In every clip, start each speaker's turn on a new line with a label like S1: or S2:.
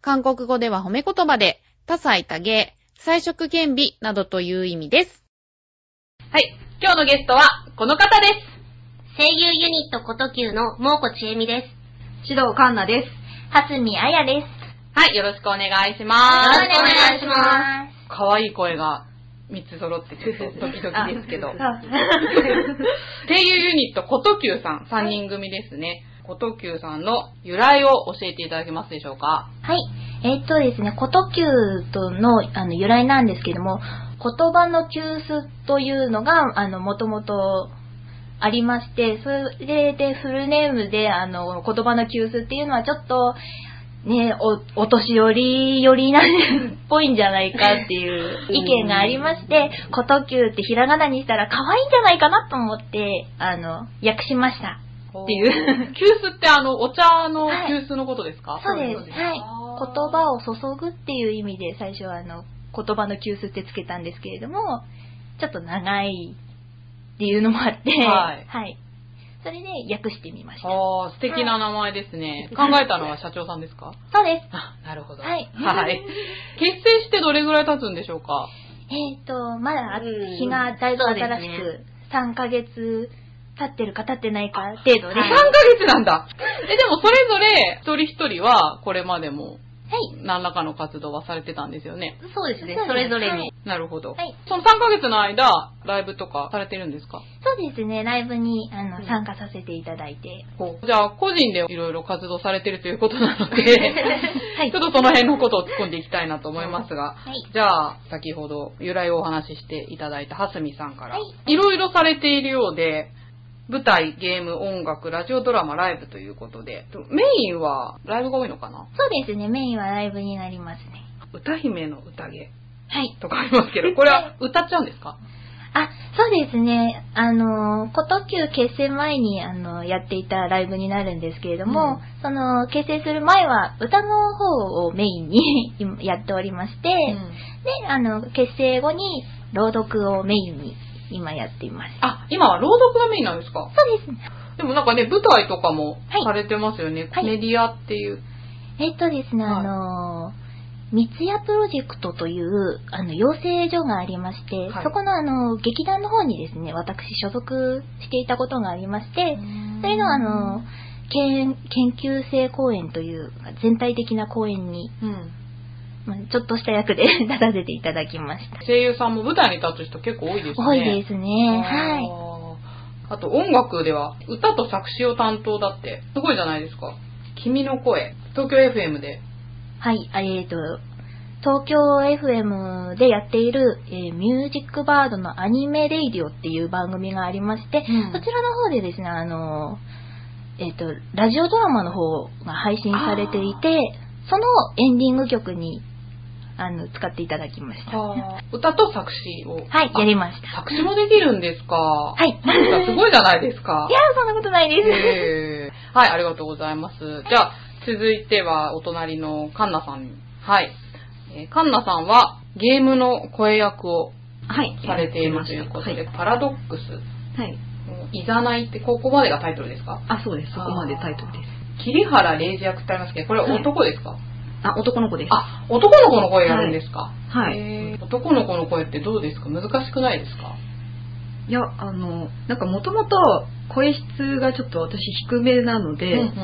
S1: 韓国語では褒め言葉で、多彩多芸、彩色兼美などという意味です。
S2: はい。今日のゲストは、この方です。
S3: 声優ユニットこときゅうの猛子ちえみです。
S2: 指導カンナです。
S3: 蓮見あやです。
S2: はい。よろしくお願いします。。
S3: よろしくお願いします
S2: かわいい声が3つ揃って、ちょっと時々ですけど。声優ユニット、こときゅうさん、3人組ですね。こときゅうさんの由来を教えていただけますでしょうか
S4: はい。えーっとですね、こときゅうとのあの由来なんですけども、言葉の急須というのが、あの、もともとありまして、それでフルネームで、あの、言葉の急須っていうのはちょっと、ね、お、お年寄り寄りなんっぽいんじゃないかっていう意見がありまして、こときゅうってひらがなにしたら可愛いんじゃないかなと思って、あの、訳しました。
S2: って
S4: いう
S2: う。急須ってあの、お茶の
S4: はい
S2: 急須のことですか、
S4: そうです。はい。
S2: あー
S4: 言葉を注ぐっていう意味で最初はあの言葉の急須ってつけたんですけれども、ちょっと長いっていうのもあって、
S2: はい
S4: それで訳してみました。そ
S2: あー素敵な名前ですね。考
S4: はい
S2: えたのは社長さんですか
S4: うです。
S2: あ、なるほど。
S4: はい
S2: はい。 結成してどれぐらい経つんでしょうか
S4: えっ、と、まだ
S3: うん
S4: 日がだいぶ新し
S3: そうで
S4: く3ヶ月経ってるか経ってないか程度で。
S2: 3ヶ月なんだ。 え、でもそれぞれ一人一人はこれまでも
S4: はい。
S2: 何らかの活動はされてたんですよね。
S3: そうですね
S4: そうで
S3: それ
S4: す
S3: ぞれに。
S2: なるほど。
S4: はい
S2: その3ヶ月の間、ライブとかされてるんですか
S4: そうですね、ライブにあの、
S2: うん
S4: 参加させていただいて。
S2: じゃあ、個人でいろいろ活動されてるということなので、
S4: はい。
S2: ちょっとその辺のことを突っ込んでいきたいなと思いますが、
S4: はい。
S2: じゃあ、先ほど由来をお話ししていただいたはすみさんから、
S4: はい
S2: ろいろされているようで、舞台、ゲーム、音楽、ラジオドラマ、ライブということで、メインはライブが多いのかな
S4: そうですね、メインはライブになりますね。
S2: 歌姫の宴
S4: はい。
S2: とかありますけど、これは歌っちゃうんですか
S4: あ、そうですね。あの、こときゅう結成前に、あの、やっていたライブになるんですけれども、その、結成する前は、歌の方をメインに 今やっておりまして、で、あの、結成後に、朗読をメインに、今やっています。
S2: あ、今は朗読がメインなんですか
S4: そうですね。
S2: でもなんかね、舞台とかも
S4: はい
S2: されてますよね。
S4: はい
S2: メディアっていう。
S4: えっとですね、
S2: はい
S4: あの、三ツ矢プロジェクトという、あの、養成所がありまして、
S2: はい
S4: そこの、あの、劇団の方にですね、私所属していたことがありまして、それのあの、研研究生公演という全体的な公演に、
S2: うん、
S4: まあちょっとした役で 出させていただきました。
S2: 声優さんも舞台に立つ人結構多いですね。
S4: 多いですね。はい。
S2: あーあと音楽では歌と作詞を担当だってすごいじゃないですか。君の声、東京 FM で。
S4: はい、あえっ、と、東京 FM でやっている、えーミュージックバードのアニメレイディオっていう番組がありまして、
S2: うん
S4: そちらの方でですね、あの、えっ、と、ラジオドラマの方が配信されていて、そのエンディング曲に、あの、使っていただきました。は
S2: 歌と作詞を。
S4: い、やりました。
S2: 作詞もできるんですか。は
S4: はい。
S2: い。すごいじゃないですか
S4: い。や、そんなことないです。
S2: えー はい、ありがとうございます。じゃあ、続いてはお隣のカンナさん。はい。えーカンナさんはゲームの声役を
S5: はい。
S2: されているということで、
S5: はい。
S2: パラドックス、
S5: はい
S2: いざないって、ここまでがタイトルですか
S5: あ、そうです。そこまでタイトルです。
S2: 桐原玲二役ってありますけど、これは男ですか、
S5: あ、男の子です。
S2: あ、男の子の声やるんですか、
S5: はい。
S2: へー男の子の声ってどうですか難しくないですか
S5: いや、あの、なんかもともと声質がちょっと私低めなの
S2: う
S5: で、
S2: んうん。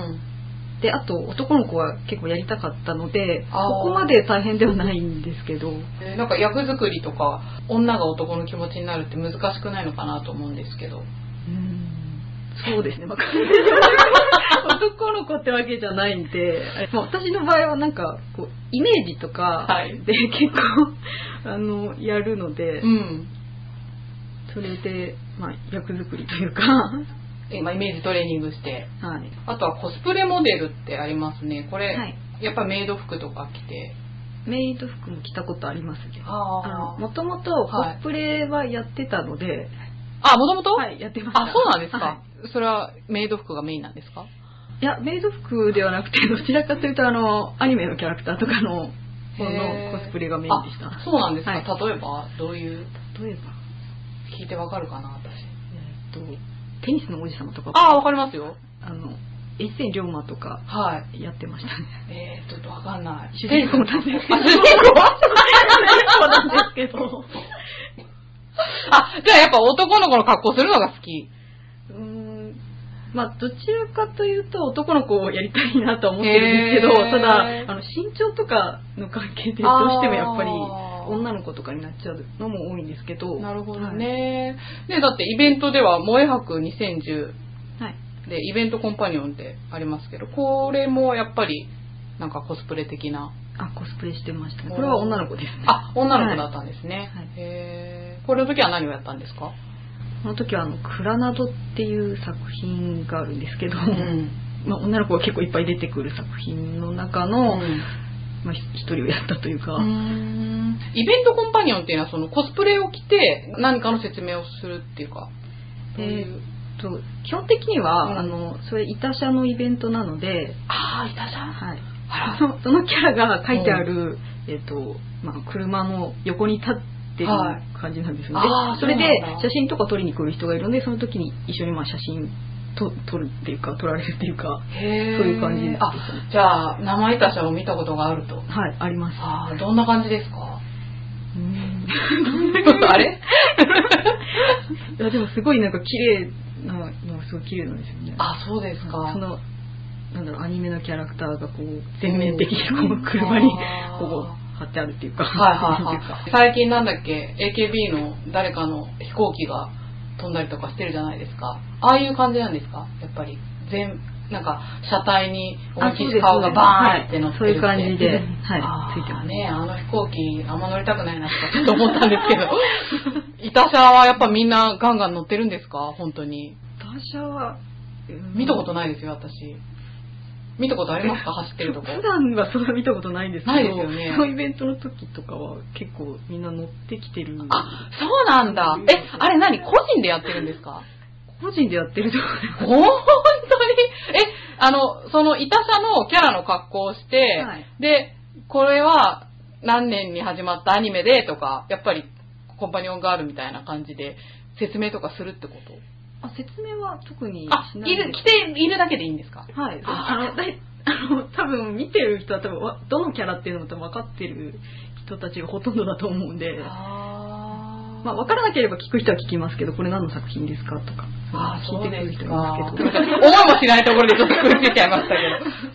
S5: で、あと男の子は結構やりたかったので、
S2: あー
S5: ここまで大変ではないんですけど、
S2: えーなんか役作りとか、女が男の気持ちになるって難しくないのかなと思うんですけど。
S5: うんそうですね、まあ 男の子ってわけじゃないんで、あれまあ、私の場合はなんかこう、イメージとか
S2: はい
S5: で結構、あの、やるので
S2: う、ん。
S5: それで、まあ、役作りという か、
S2: えーまあ、イメージトレーニングして。
S5: はい。
S2: あとはコスプレモデルってありますね。これ、
S5: はい
S2: やっぱメイド服とか着て
S4: メイド服も着たことありますね。
S2: あー
S4: もともと
S2: はい
S4: コスプレはやってたので、
S2: あ、もともと
S4: はい、やってました。
S2: あ、そうなんですか、
S4: は
S2: それはメイド服がメインなんですか
S4: い、いや、メイド服ではな くて、どちらかというと、あの、アニメのキャラクターとかの、こ
S2: へ
S4: の
S2: ー
S4: コスプレがメインでした。
S2: あそうなんですか、
S4: はい
S2: 例えば、どういう、
S4: 例えば、
S2: 聞いてわかるかな、私。
S4: えーっと、テニスの王子様とか、
S2: あ、わかりますよ。
S4: あの、越前龍馬とか、
S2: はい。
S4: やってました
S2: え
S4: ね。
S2: ー、ちょっとわかんない。
S4: 主人公なんですけど。
S2: あ、主人公
S4: そうなん ですけど。
S2: あ、じゃあやっぱ男の子の格好するのが好き。
S4: うーんまあ、どちらかというと男の子をやりたいなとは思ってるんですけど、
S2: へー
S4: ただあの身長とかの関係でどうしてもやっぱり
S2: あー
S4: 女の子とかになっちゃうのも多いんですけど
S2: なるほど、ね。ね、だってイベントでは、萌え博2010
S4: はいはい
S2: で、イベントコンパニオンってありますけど、これもやっぱり、なんかコスプレ的な。
S4: あコスプレしてましたねこれは女の子ですね
S2: あ、女の子だったんですね。
S4: はい
S2: へーこれの時は何をやったんですか
S4: この時はあの「クラナド」っていう作品があるんですけど、まあ、女の子が結構いっぱい出てくる作品の中の、まあ、ひ一人をやったというか、
S2: うんイベントコンパニオンっていうのはそのコスプレを着て何かの説明をするっていうか、どうい
S4: え
S2: う
S4: ーっと基本的には、
S2: うん
S4: あのそれいた社のイベントなので
S2: ああいたじゃん
S4: はい、
S2: あ
S4: その そのキャラが書いてある、えっ、と、まあ、車の横に立ってる
S2: はい
S4: 感じなんですよね。
S2: あー
S4: それ
S2: そう
S4: で
S2: なんだ
S4: 写真とか撮りに来る人がいるので、その時に一緒にまあ写真と撮るっていうか、撮られるっていうか、
S2: らへえ
S4: そういう感じでした
S2: あじゃあ生いた社を見たことがあると
S4: はい、あります。
S2: ああどんな感じですか
S4: うーん
S2: あれ
S4: いやでもすごいなんか綺麗なのがすごい綺麗なんですよね。
S2: あそうですか、
S4: そのなんだろうアニメのキャラクターがこう全面的にこう車に
S2: あー
S4: こう貼ってあるっていうか、
S2: はいはい
S4: なんていうか
S2: はい。最近なんだっけ、AKB の誰かの飛行機が飛んだりとかしてるじゃないですか。ああいう感じなんですかやっぱり。全、なんか、車体に思いっきり顔がバーンって乗ってるって。
S4: はいそういう感じで、は
S2: あ
S4: い、ついて
S2: ー
S4: ます。
S2: ねあの飛行機あんま乗りたくないなとかちょっと思ったんですけど いた車はやっぱみんなガンガン乗ってるんですか本当に
S4: 私は、
S2: 見たこと
S4: い。
S2: ないですよ私見たことありますか走ってるとこ
S4: 普段はそんな見たことないんですけど、
S2: ないですよね
S4: そのイベントの時とかは結構みんな乗ってきてる。
S2: あそうなんだえあれ何個人でやってるんですか
S4: 個人でやってるとこ
S2: 本当にえ、あの、その、いたさのキャラの格好をして、
S4: はい
S2: で、これは何年に始まったアニメでとか、やっぱりコンパニオンガールみたいな感じで説明とかするってこと
S4: あ、説明は特に
S2: あ、
S4: しないいで
S2: る、着ているだけでいいんですか
S4: はい。
S2: あ
S4: あの、だい あの、多分見てる人は多分わ、どのキャラっていうのも多分分かってる人たちがほとんどだと思うんで、
S2: あ
S4: まあ分からなければ聞く人は聞きますけど、これ何の作品ですかとか、
S2: あー、そう
S4: 聞いてく
S2: です
S4: る人
S2: か。
S4: います
S2: 思
S4: け
S2: いも
S4: ど。
S2: しないところでちょっと苦しいちゃいましたけ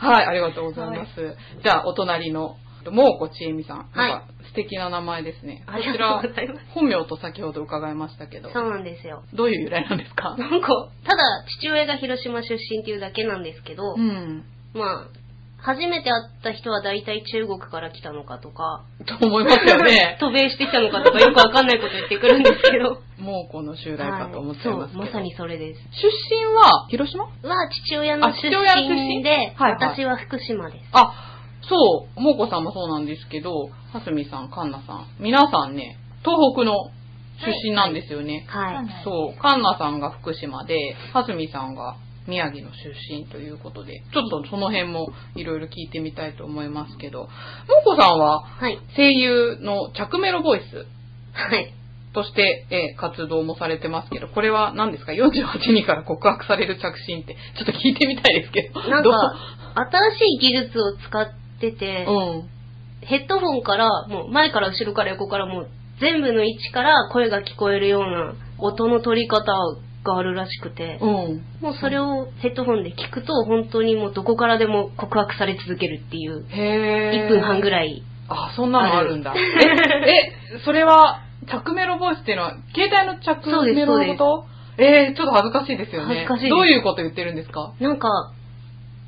S2: ど。はい、ありがとうございます。じゃあ、お隣の、もうこちえみさん。
S1: はい
S2: なんか素敵な名前ですね。こ
S1: ありが
S2: ち
S1: と
S2: ら
S1: うございます、
S2: 本名と先ほど伺いましたけど、
S1: そうなんですよ。
S2: どういう由来なんですか
S1: なんか、ただ父親が広島出身っていうだけなんですけど、
S2: うん。
S1: まあ、初めて会った人は大体中国から来たのかとか、。
S2: と思いますよ ね
S1: 渡米してきたのかとかよくわかんないこと言ってくるんですけど。
S2: もうこの襲来かと思
S1: は
S2: っ
S1: い
S2: て
S1: そ
S2: ます
S1: う、
S2: けど。
S1: まさにそれです。
S2: 出身は、広島
S1: は父親の
S2: あ
S1: 出
S2: 父親の出身
S1: 身で、
S2: はいはい
S1: 私は福島です。
S2: あ、そう、もうこさんもそうなんですけど、はすみさん、かんなさん、皆さんね、東北の出身なんですよね。
S1: はい。
S2: そう、カンナさんが福島で、はすみさんが宮城の出身ということで、ちょっとその辺もいろいろ聞いてみたいと思いますけど、もこさんは
S1: はい。
S2: 声優の着メロボイス
S1: はい。
S2: として、えー活動もされてますけど、これは何ですか ?48 人から告白される着信って、ちょっと聞いてみたいですけど。
S1: なん
S2: どう
S1: か、新しい技術を使ってて、
S2: うん。
S1: ヘッドホンから、もう前から後ろから横からもう全部の位置から声が聞こえるような音の取り方があるらしくて、
S2: うん。
S1: もうそれをヘッドホンで聞くと本当にもうどこからでも告白され続けるっていう、
S2: へー。
S1: 1分半ぐらい。
S2: あ、そんなのあるんだ。え、えそれは、着メロボイスっていうのは、携帯の
S1: そう
S2: 着
S1: で
S2: メ
S1: す
S2: ロ
S1: そう
S2: の
S1: で
S2: こ
S1: す
S2: とえー、ちょっと恥ずかしいですよね。
S1: 恥ずかしいです
S2: どういうこと言ってるんですか
S1: なんか、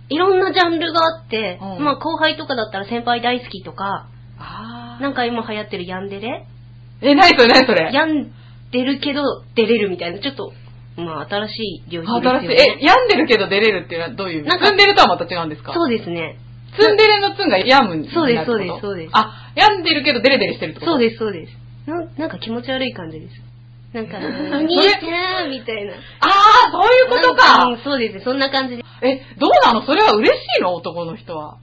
S1: いろんなジャンルがあって、
S2: うん
S1: まあ後輩とかだったら先輩大好きとか、
S2: あ
S1: なんか今流行ってるヤンデレ
S2: え、何それ何それ
S1: ヤンデるけど出れるみたいな、ちょっと、まあ新しい領域ですよ
S2: 新しい。
S1: ね。
S2: え、病んでるけど出れるっていうのはどういう意味
S1: なんか
S2: 病んでるとはまた違うんですか
S1: そうですね。
S2: ツンデレのツンが病むん
S3: そうです
S2: なるってこと
S3: そうですそうです
S2: あ、病んでるけどデレデレしてるってこと
S3: そう
S2: で
S3: です、そうです。ななんか気持ち悪い感じです。なん か、
S2: ん
S3: お兄ちゃんみたいな。
S2: す。あー、そういうことか
S3: うんそうですね、そんな感じで。
S2: え、どうなのそれは嬉しいの男の人は。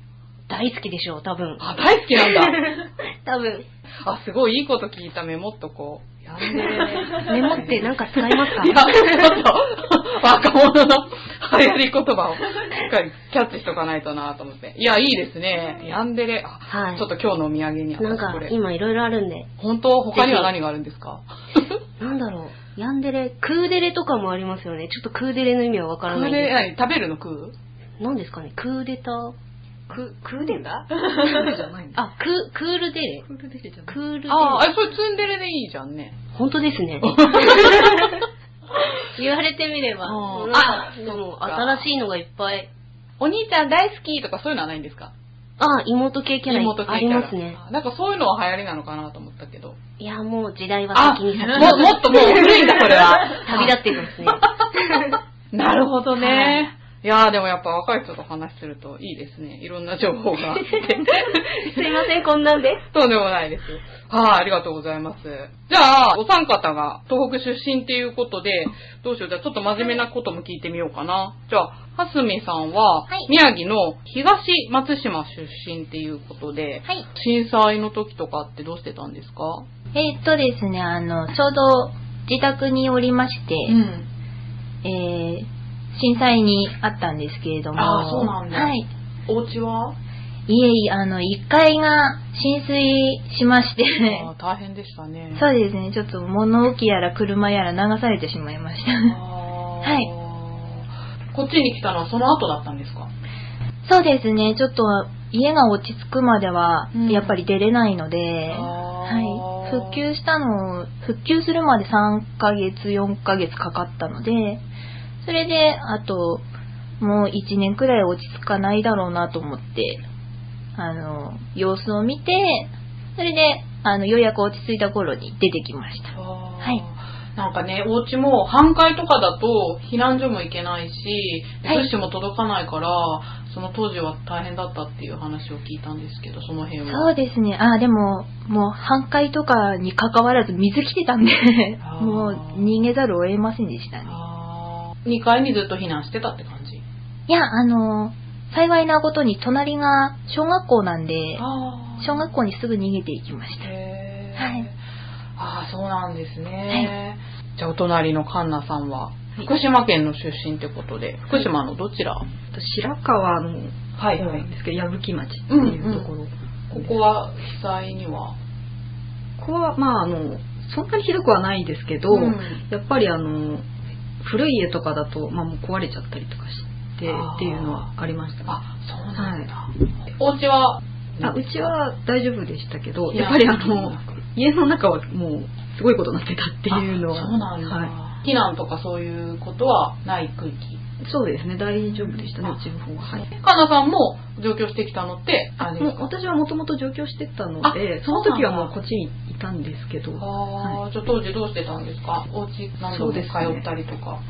S3: 大好きでしょう、多分。
S2: あ、大好きなんだ。
S3: 多分。
S2: あ、すごいいいこと聞いたメモっとこう。やんでるね
S3: メモってなんか使いますか
S2: いや、ちょっと、若者の 流行り言葉をしっかりキャッチしとかないとなと思って。いや、いいですね。ヤンデレ。あ、
S3: はい
S2: ちょっと今日のお土産に
S3: なん
S2: こ
S3: か
S2: れ。
S3: 今いろいろあるんで。
S2: 本当他には何があるんですか
S3: なんだろう。ヤンデレ、クーデレとかもありますよね。ちょっとクーデレの意味はわから
S2: 食
S3: な
S2: べ
S3: いんで
S2: れ
S3: す
S2: ない食べるの食う
S3: けど。なんですかね、クーデター
S5: ククーデタークーデじゃないの
S3: あ、ク、クールデレ
S5: クールデレじゃない
S3: クールデレ。
S2: ああ、え、それツンデレでいいじゃんね。
S3: 本当です ね。言われてみれば。
S2: うん
S3: あ、
S2: あ
S3: でも
S2: そっか
S3: 新しいのがいっぱい。
S2: お兄ちゃん大好きとかそういうのはないんですか
S3: あ、妹系キャラ
S2: 妹系キャラ
S3: ありますね。
S2: あなんかそういうのは流行りなのかなと思ったけど。
S3: いや、もう時代は
S2: あ、
S3: 先に先
S2: もうもっともう古いんだ、これ は。
S3: 旅立っていきますね。
S2: なるほどね。いやーでもやっぱ若い人と話するといいですね。いろんな情報 があって。
S3: すいません、こんなんで。
S2: とんでもないです。はい、ありがとうございます。じゃあ、お三方が東北出身っていうことで、どうしよう。じゃあちょっと真面目なことも聞いてみようかな。じゃあ、はすみさんは
S4: はい、
S2: 宮城の東松島出身っていうことで、
S4: はい。
S2: 震災の時とかってどうしてたんですか
S4: えーっとですね、あの、ちょうど自宅におりまして、
S2: ん。
S4: えー震災にあったんですけれども、
S2: あーそうなんだ
S4: はい。
S2: お家はい
S4: えいえ、あの、1階が浸水しまして、
S2: あー大変でしたね。
S4: そうですね、ちょっと物置やら車やら流されてしまいました。
S2: は。
S4: はい
S2: こっちに来たのはその後だったんですか
S4: そうですね、ちょっと家が落ち着くまでは
S2: うん、
S4: やっぱり出れないので、
S2: は
S4: はい。復旧したの、復旧するまで3ヶ月、4ヶ月かかったので、それで、あと、もう1年くらい落ち着かないだろうなと思って、あの、様子を見て、それで、あの、ようやく落ち着いた頃に出てきました。はい
S2: い。なんかね、お家も半壊とかだと避難所も行けないし、
S4: はい
S2: 物資も届かないから、その当時は大変だったっていう話を聞いたんですけど、その辺は。
S4: そうですね。あ、でも、もう、半壊とかに関わらず水来てたんで
S2: あ、ー
S4: もう、逃げざるを得ませんでしたね。
S2: あー2階にずっと避難してたって感じ。
S4: いや、あの、幸いなことに隣が小学校なんで、
S2: あ
S4: 小学校にすぐ逃げていきました。
S2: へー
S4: はい
S2: ああ、そうなんですね。じゃあ、お隣のカンナさんは、福島県の出身ってことで、福島のどちらは
S5: あと白川の方
S2: いは
S5: ないん。ですけど矢吹町っていうところ、
S2: ここは被災には。
S5: ここはまああのそんなにひどくはないですけど、
S2: うん
S5: やっぱりあの古い家とかだと、まあ、もう壊れちゃったりとかして
S2: あー
S5: っていうのはありましたね
S2: あ、そうなんだ。お家は
S5: あうちは大丈夫でしたけど
S2: い
S5: やっぱりあの家の中はもうすごいことになってたっていうのは
S2: あそうなんだ、
S5: は
S2: 避難とかそういうことはない区域。
S5: い、そうですね大丈夫でしたねうちの方は、はい、
S2: かなさんも上京してきたのって、あれで
S5: もう
S2: すか
S5: 私はもともと上京してたので
S2: あ
S5: その
S2: そうなんだ
S5: 時はもうこっちにいたんですけどち
S2: ああ、じゃあ当時どうしてたんですかお家何度
S5: そう
S2: も通
S5: ですね
S2: ったりとか。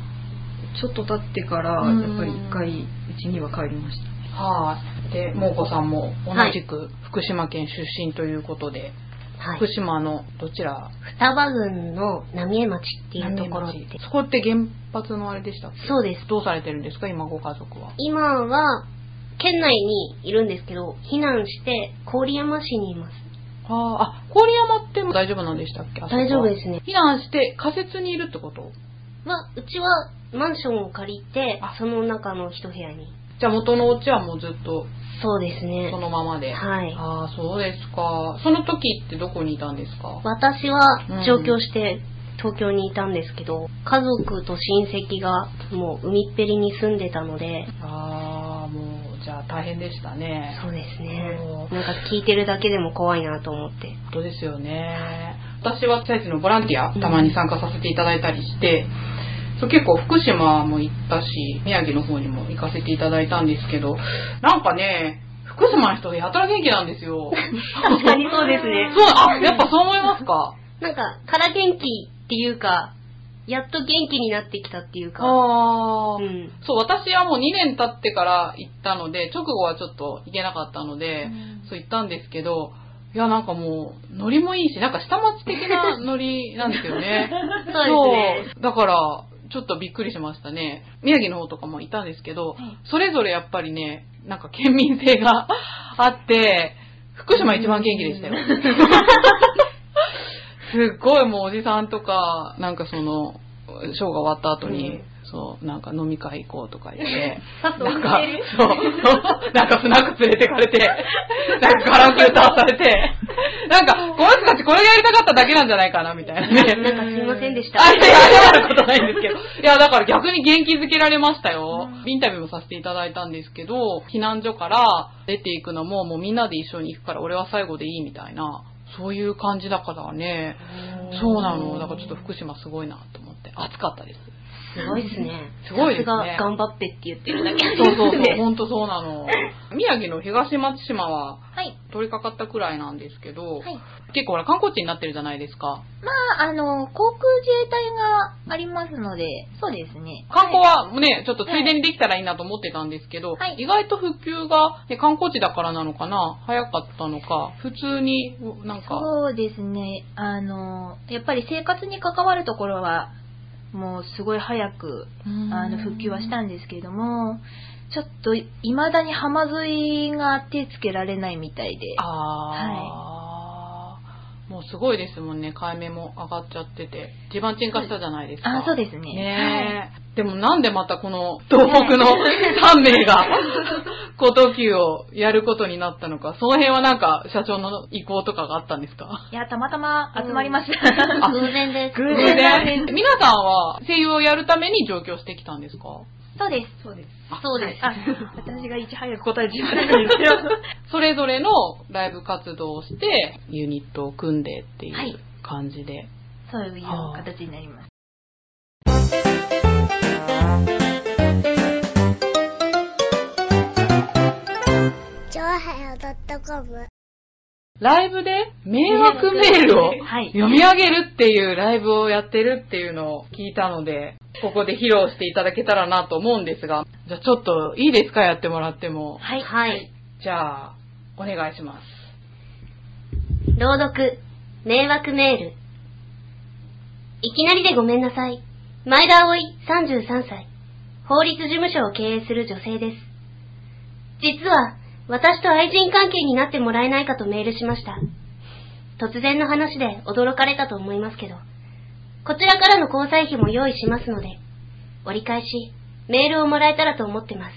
S5: ょっと経ってから
S2: うん
S5: やっぱり一回うちには帰りました
S2: はい。で、もうこさんも同じく福島県出身ということで、
S3: はい
S2: 福。島のどちら
S3: 双葉郡の浪江町っていうところっ
S2: 浪江
S3: て
S2: 町。そこって原発のあれでしたっけ
S3: そうです。
S2: どうされてるんですか今ご家族は。
S3: 今は、県内にいるんですけど、避難して、郡山市にいます。
S2: あーあ、郡山って大丈夫なんでしたっけ。
S3: 大丈夫ですすね。
S2: 避難して仮設にいるってこと
S3: まあ、うちはマンションを借りて
S2: あ、
S3: その中の一部屋に。
S2: じゃあ元のお家はもうずっと
S3: そうですね
S2: そ。のままで。
S3: はい
S2: ああ、そうですか。その時ってどこにいたんですか
S3: 私は上京して東京にいたんですけど、家族と親戚がもう海っぺりに住んでたので、
S2: ああ、もう、じゃあ大変でしたね。
S3: そうですね
S2: お。ー
S3: なんか聞いてるだけでも怖いなと思って。
S2: 本当ですよね。私は被災地のボランティア、たまに参加させていただいたりして、そう結構福島も行ったし、宮城の方にも行かせていただいたんですけど、なんかね、福島の人やたら元気なんです よ。
S3: 確かにそうですね
S2: そう、あ、やっぱそう思いますか。
S3: なんか、から元気っていうか、
S6: やっと元気になってきたっていうか、
S2: あ
S6: う
S2: ー
S6: ん、
S2: そう、私はもう2年経ってから行ったので、直後はちょっと行けなかったので、そう行ったんですけど、いや、なんかもう、ノリもいいし、なんか下町的なノリなんですよね。
S6: そうですね。
S2: そうだから、ちょっとびっくりしましたね。宮城の方とかもいたんですけど、それぞれやっぱりね、なんか県民性が あって、福島一番元気でしたよ。 すっごいもうおじさんとか、なんかその、ショーが終わった後に、
S6: うん
S2: そう、なんか飲み会行こうとか言って、
S6: さっと
S2: なん
S6: 起き
S2: か
S6: てる、
S2: そう、なんかスナック連れてかれて、なんかカラオケ歌わされて、なんか、この人たちこれがやりたかっただけなんじゃないかな、みたいなね。
S6: なんかすいませんでした。
S2: あ、いや、謝ることないんですけど。いや、だから逆に元気づけられましたよ。インタビューもさせていただいたんですけど、避難所から出ていくのも、もうみんなで一緒に行くから俺は最後でいいみたいな、そういう感じだからね。そうなの。だからちょっと福島すごいなと思って。暑かったです。
S6: すごいですね。
S2: すごいですね
S6: さすが頑張ってって言ってるだけ
S2: そう そうそ
S6: です
S2: う、
S6: ね
S2: ほんとそうなの。宮城の東松島は
S7: はい。
S2: 通りかかったくらいなんですけど、
S7: はい。
S2: 結構ほら観光地になってるじゃないですか。
S7: まあ、あの、航空自衛隊がありますので、そうですね。
S2: 観光
S7: は
S2: はね、ちょっとついでにできたらいいなと思ってたんですけど、
S7: はい
S2: 意外と復旧が、ね、観光地だからなのかな、早かったのか、普通になん
S7: い
S2: か、
S7: そうですね。あの、やっぱり生活に関わるところは、もうすごい早くあの復旧はしたんですけれども、ちょっと未だに浜沿いが手つけられないみたいで、
S2: あー、もうすごいですもんね、海面も上がっちゃってて、地盤沈下したじゃないですか。
S7: あそうですね。
S2: ねえ、でもなんでまたこの東北 の3名が、古都級をやることになったのか、その辺はなんか社長の意向とかがあったんですか
S7: いや、たまたま集まりました。
S2: あ
S6: 偶然です。
S2: 偶然。皆さんは声優をやるために上京してきたんですか
S7: そうです。そうです。
S6: そうです。
S7: あ、私がいち早く答えちゃったんですよ。
S2: それぞれのライブ活動をして、ユニットを組んでってい
S7: はいう
S2: 感じで。
S7: そういう形になります。
S8: 超はよ .com
S2: ライブで迷惑メールを
S7: はい。
S2: 読み上げるっていうライブをやってるっていうのを聞いたので、ここで披露していただけたらなと思うんですが、じゃあちょっといいですかやってもらっても。
S6: はい。はい。
S2: じゃあ、お願いします。
S6: 朗読、迷惑メール。いきなりでごめんなさい。前田葵、33歳。法律事務所を経営する女性です。実は、私と愛人関係になってもらえないかとメールしました。突然の話で驚かれたと思いますけど、こちらからの交際費も用意しますので、折り返し、メールをもらえたらと思ってま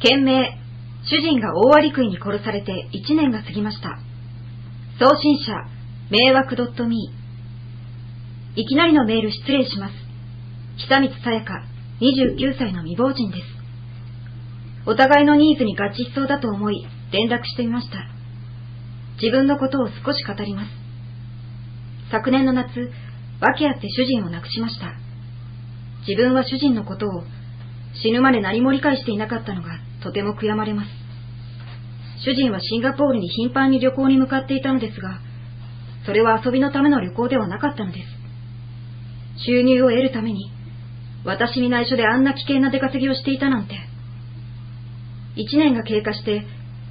S6: す。
S4: 件名、主人が大割食いに殺されて1年が過ぎました。送信者、迷惑 .me。いきなりのメール失礼します。久光さやか、29歳の未亡人です。お互いのニーズに合致しそうだと思い、連絡してみました。自分のことを少し語ります。昨年の夏、訳あって主人を亡くしました。自分は主人のことを死ぬまで何も理解していなかったのがとても悔やまれます主人はシンガポールに頻繁に旅行に向かっていたのですがそれは遊びのための旅行ではなかったのです収入を得るために私に内緒であんな危険な出稼ぎをしていたなんて1年が経過して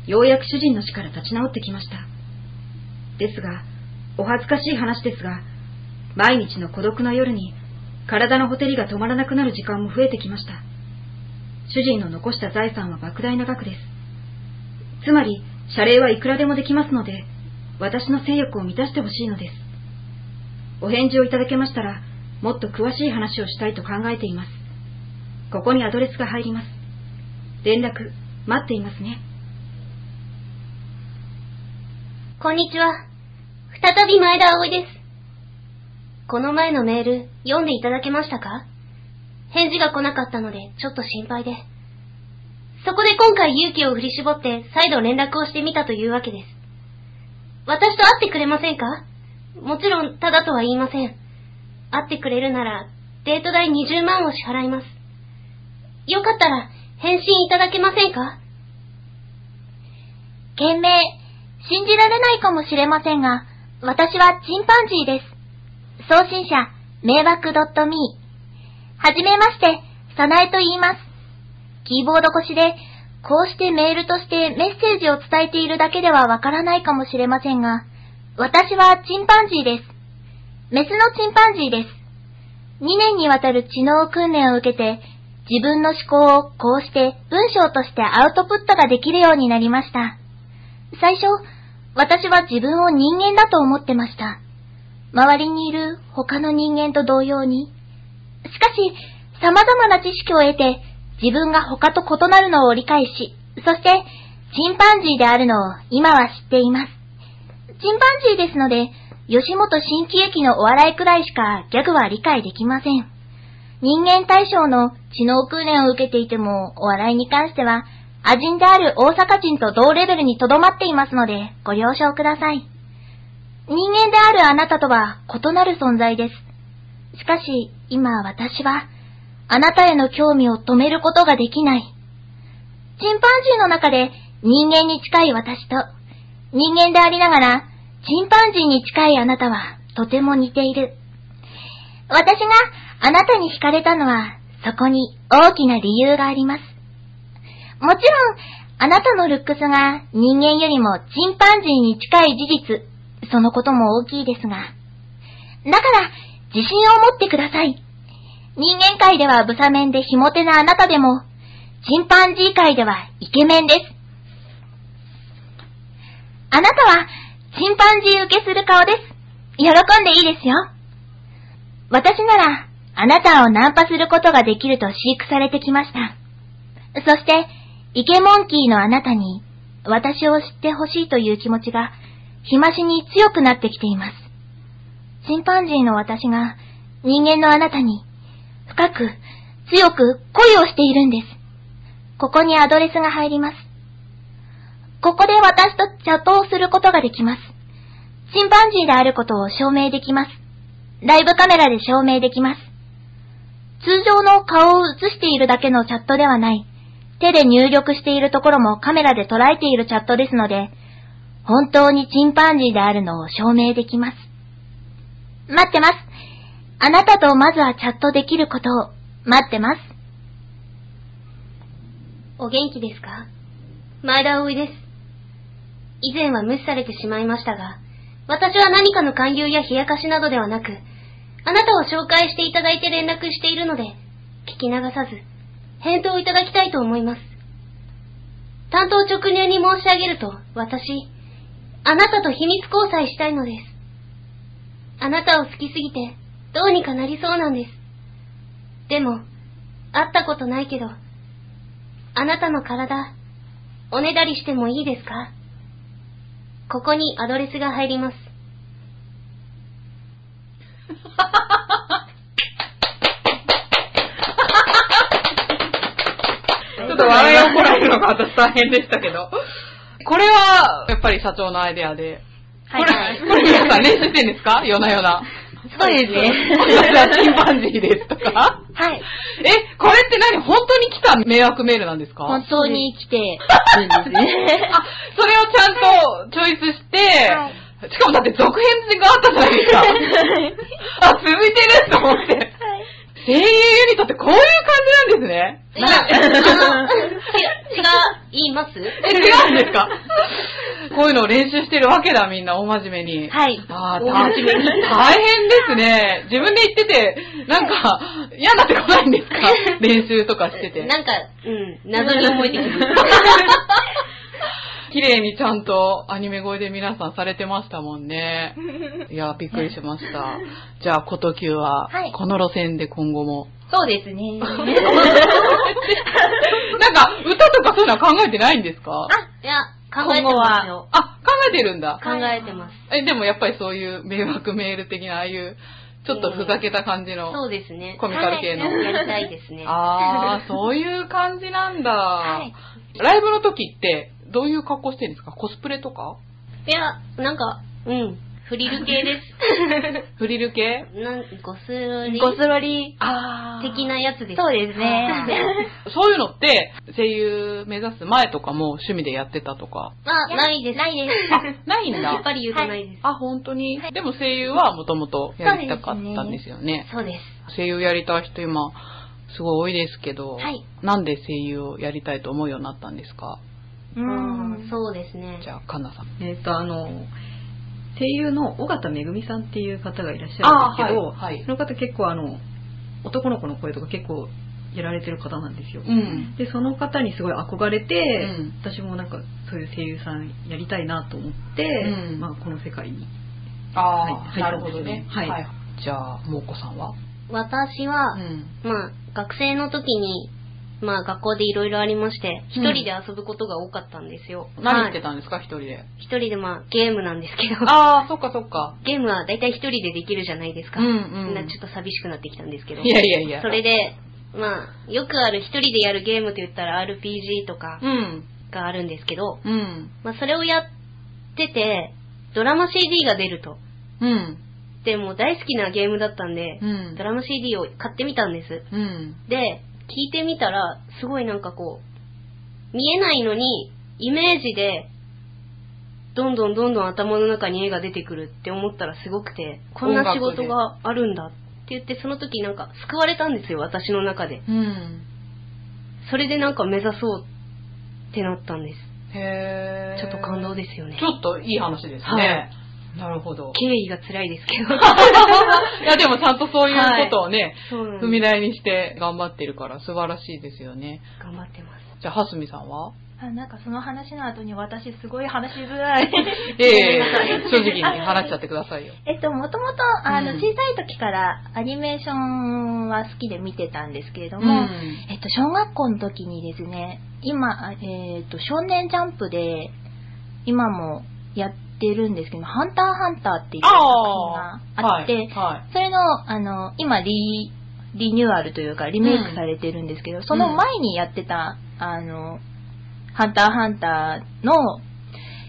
S4: ようやく主人の死から立ち直ってきましたですがお恥ずかしい話ですが毎日の孤独の夜に体のほてりが止まらなくなる時間も増えてきました主人の残した財産は莫大な額ですつまり謝礼はいくらでもできますので私の性欲を満たしてほしいのですお返事をいただけましたらもっと詳しい話をしたいと考えていますここにアドレスが入ります連絡待っていますね
S6: こんにちは。再び前田葵です。この前のメール読んでいただけましたか返事が来なかったのでちょっと心配で。そこで今回勇気を振り絞って再度連絡をしてみたというわけです。私と会ってくれませんかもちろんただとは言いません。会ってくれるならデート代20万を支払います。よかったら返信いただけませんか
S8: 件名、信じられないかもしれませんが、私はチンパンジーです。
S6: 送信者、迷惑 .me。はじめまして、さなえと言います。キーボード越しで、こうしてメールとしてメッセージを伝えているだけではわからないかもしれませんが、私はチンパンジーです。メスのチンパンジーです。2年にわたる知能訓練を受けて、自分の思考をこうして文章としてアウトプットができるようになりました。最初、私は自分を人間だと思ってました。周りにいる他の人間と同様に。しかし、様々な知識を得て、自分が他と異なるのを理解し、そして、チンパンジーであるのを今は知っています。チンパンジーですので、吉本新喜劇のお笑いくらいしかギャグは理解できません。人間対象の知能訓練を受けていても、お笑いに関しては、ア人である大阪人と同レベルにとどまっていますので、ご了承ください。人間であるあなたとは異なる存在です。しかし、今私は、あなたへの興味を止めることができない。チンパンジーの中で人間に近い私と、人間でありながら、チンパンジーに近いあなたはとても似ている。私があなたに惹かれたのは、そこに大きな理由があります。もちろん、あなたのルックスが人間よりもチンパンジーに近い事実、そのことも大きいですが。だから、自信を持ってください。人間界ではブサメンでひも手なあなたでも、チンパンジー界ではイケメンです。あなたは、チンパンジー受けする顔です。喜んでいいですよ。私なら、あなたをナンパすることができると飼育されてきました。そして、イケモンキーのあなたに、私を知ってほしいという気持ちが、日増しに強くなってきています。チンパンジーの私が、人間のあなたに、深く、強く恋をしているんです。ここにアドレスが入ります。ここで私とチャットをすることができます。チンパンジーであることを証明できます。ライブカメラで証明できます。通常の顔を映しているだけのチャットではない、手で入力しているところもカメラで捉えているチャットですので、本当にチンパンジーであるのを証明できます。待ってます。あなたとまずはチャットできることを待ってます。
S4: お元気ですか前田葵です。以前は無視されてしまいましたが、私は何かの勧誘や冷やかしなどではなく、あなたを紹介していただいて連絡しているので、聞き流さず、返答をいただきたいと思います。担当直入に申し上げると、私、あなたと秘密交際したいのです。あなたを好きすぎて、どうにかなりそうなんです。でも、会ったことないけど、あなたの体、おねだりしてもいいですかここにアドレスが入ります。
S2: ちょっと笑いをこらえるのが私大変でしたけど。これは、やっぱり社長のアイデアで。
S9: はいはい
S2: これ、これ皆さん練習してんですか夜な夜な。
S9: そうですね。
S2: 私 はチンパンジーですとか。
S9: はい。
S2: え、これって何本当に来た迷惑メールなんですか
S9: 本当に来てるんですね。
S2: あ、それをちゃんとチョイスして、しかもだって続編があったじゃない ですか。あ、続いてると思って。声優ユニットってこういう感じなんですね。
S4: まあ、あ の、違、違います
S2: え、違うんですかこういうのを練習してるわけだ、みんな、大真面目に。
S9: はい。
S2: ああ、大変ですね。自分で言ってて、なんか、嫌になってこないんですか練習とかしてて。
S4: なんか、うん、謎に思えてきます。
S2: 綺麗にちゃんとアニメ声で皆さんされてましたもんね。いや、びっくりしました。じゃあ、こときゅうは
S9: はい、
S2: この路線で今後も。
S9: そうですね。
S2: なんか、歌とかそういうのは考えてないんですか
S4: いや、考えてますよ。
S2: あ、考えてるんだ。
S4: 考えてます。
S2: え、でもやっぱりそういう迷惑メール的な、ああいう、ちょっとふざけた感じの。
S4: そうですね。
S2: コミカル系の
S4: はいやりたいですね。
S2: ああ、そういう感じなんだ。
S4: い
S2: ライブの時って、どういう格好してるんですかコスプレとか
S4: いや、なんか、うん。
S6: フリル系です。
S2: フリル系
S6: なんゴスロリ
S4: ゴスロリ
S2: あ
S6: 的なやつです。
S4: そうですね。
S2: そういうのって、声優目指す前とかも趣味でやってたとか。
S6: あ、ないです。ないで
S2: あ、ないん
S6: やっぱ
S2: だ。
S6: り言うとないです。
S2: あ、本当に。でも声優はもともとやりたかったんですよね。
S6: そうです。
S2: 声優やりたい人今、すごい多いですけど、
S6: はい
S2: なんで声優をやりたいと思うようになったんですか
S4: う
S6: うん、
S4: ん。
S6: そうですね
S2: じ。ゃあ、カンナさん。
S5: えっ、と、あの、声優の尾形めぐみさんっていう方がいらっし
S2: あ
S5: ゃるんですけど、
S2: はいはい
S5: その方結構あの、男の子の声とか結構やられてる方なんですよ。
S2: うん。
S5: で、その方にすごい憧れて、
S2: うん
S5: 私もなんかそういう声優さんやりたいなと思って、
S2: うん
S5: まあこの世界に。
S2: ああ、
S5: はい
S2: なるほどね。
S5: はい
S2: じゃあ、もうこさんは
S6: 私は、
S2: ん。
S6: まあ、学生の時に、まあ、学校でいろいろありまして、一
S2: うん
S6: 人で遊ぶことが多かったんですよ。
S2: 何して
S6: はい
S2: たんですか、一人で。
S6: 一人でまあ、ゲームなんですけ ど、
S2: ああ、そっかそっか。
S6: ゲームは大体一人でできるじゃないですか。
S2: うんうん
S6: なちょっと寂しくなってきたんですけど。
S2: いやいやいや。
S6: それで、まあ、よくある一人でやるゲームと言ったら RPG とか
S2: うん。
S6: があるんですけど、
S2: うん。
S6: まあ、それをやってて、ドラマ CD が出ると。
S2: うん。
S6: で、もう大好きなゲームだったんで
S2: う、ん
S6: ド。ラマ CD を買ってみたんです。
S2: うん。
S6: で、聞いてみたら、すごいなんかこう、見えないのに、イメージで、どんどんどんどん頭の中に絵が出てくるって思ったらすごくて、こんな仕事があるんだって言って、その時なんか救われたんですよ、私の中で。
S2: うん。
S6: それでなんか目指そうってなったんです。
S2: へー
S6: ちょっと感動ですよね
S2: ち。ょっといい話ですね。
S6: はい
S2: なるほど。
S6: 経緯が辛いですけど。
S2: いや、でもちゃんとそういうことをね、
S6: そうなんです
S2: 踏み台にして頑張ってるから素晴らしいですよね。
S6: 頑張ってます。
S2: じゃあ、はすみさんは
S4: あなんかその話の後に私すごい話しづら い。
S2: ええ正直に話しちゃってくださいよ。
S4: えっと、もともと、あの、
S2: うん
S4: 小さい時からアニメーションは好きで見てたんですけれど
S2: う
S4: も、えっと、小学校の時にですね、今、あえっと、少年ジャンプで、今もやってるんですけど、ハンターハンターっていう作品があって、
S2: はいは
S4: それの、あの、今リ、リニューアルというか、リメイクされてるんですけど、その前にやってた、あの、ハンターハンターの、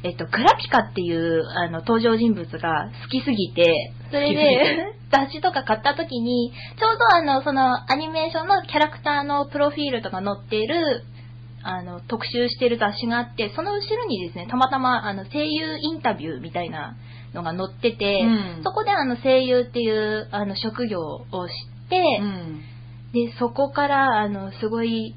S4: えっと、クラピカっていう、あの、登場人物が好きすぎて、それで、雑誌とか買った時に、ちょうどあの、その、アニメーションのキャラクターのプロフィールとか載っている、あの、特集してる雑誌があって、その後ろにですね、たまたま、あの、声優インタビューみたいなのが載ってて、
S2: うん
S4: そこであの、声優っていう、あの、職業を知って、
S2: うん。
S4: で、そこから、あの、すごい、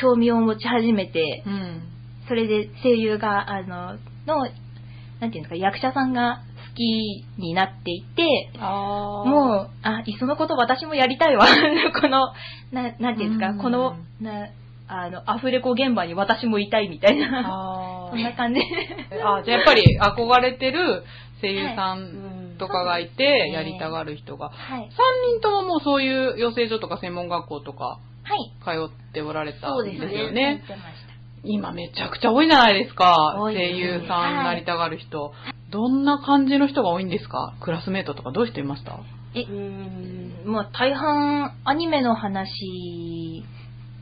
S4: 興味を持ち始めて、
S2: うん。
S4: それで声優が、あの、の、なんていうんですか、役者さんが好きになっていて、
S2: あー
S4: もう、あ、いっそのこと私もやりたいわ。 この、ななんていうんですか、
S2: うん
S4: この、なあの、アフレコ現場に私もいたいみたいな、
S2: あ
S4: そん
S2: ー
S4: な感じ。
S2: あ、じゃあやっぱり憧れてる声優さんとかがいて、
S4: い
S2: やりたがる人が。
S4: はい。
S2: 3人とももうそういう養成所とか専門学校とか
S4: はい。
S2: 通っておられた
S6: そうん
S2: で
S6: ですすね
S2: よ
S4: やっ
S2: ね。
S4: てました。
S2: 今めちゃくちゃ多いじゃないですか。
S4: 多いです
S2: 声
S4: ね
S2: 優さんになりたがる人、どんな感じの人が多いんですかクラスメートとかどうしていました
S6: うーん。
S4: もう大半、アニメの話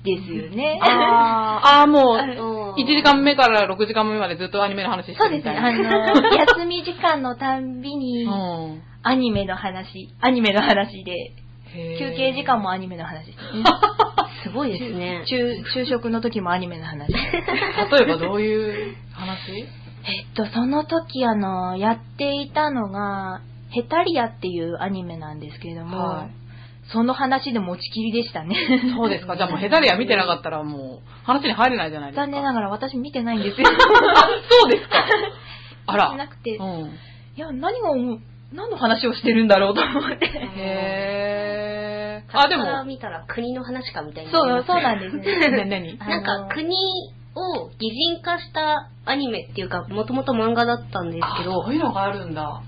S4: ですよね。
S2: あーあー、もう、
S6: 1
S2: 1時間目から6時間目までずっとアニメの話して
S4: そう
S2: るみ
S4: ですね。
S2: たい
S4: あ
S2: な。
S4: の、休み時間のたんびに、
S2: うん
S4: アニメの話、アニメの話で、
S2: へー
S4: 休憩時間もアニメの話です ね。
S6: すごいですね。
S4: 昼昼食の時もアニメ の話。
S2: 例えばどういう 話
S4: えっと、その時、あの、やっていたのが、ヘタリアっていうアニメなんですけれども、
S2: はい
S4: その話で持ちきりでしたね。
S2: そうですか。じゃあもうヘタレア見てなかったらもう話に入れないじゃないですか。
S4: 残念ながら私見てないんですよ。
S2: あ、そうです か。あ
S4: 見て
S2: ら。
S4: なくて、い
S2: うん。
S4: や、何が思う、何の話をしてるんだろうと思って。
S2: へー。
S6: あ、
S2: あ、で
S6: でも。
S2: も、
S6: 見たら国の話かみたいな。
S4: そう、そうなんです ね。
S2: ね、何
S4: あの
S6: なんか国を擬人化したアニメっていうか、もともと漫画だったんです
S2: あ、
S6: け
S2: そ
S6: ど、
S2: ういうのがあるんだ。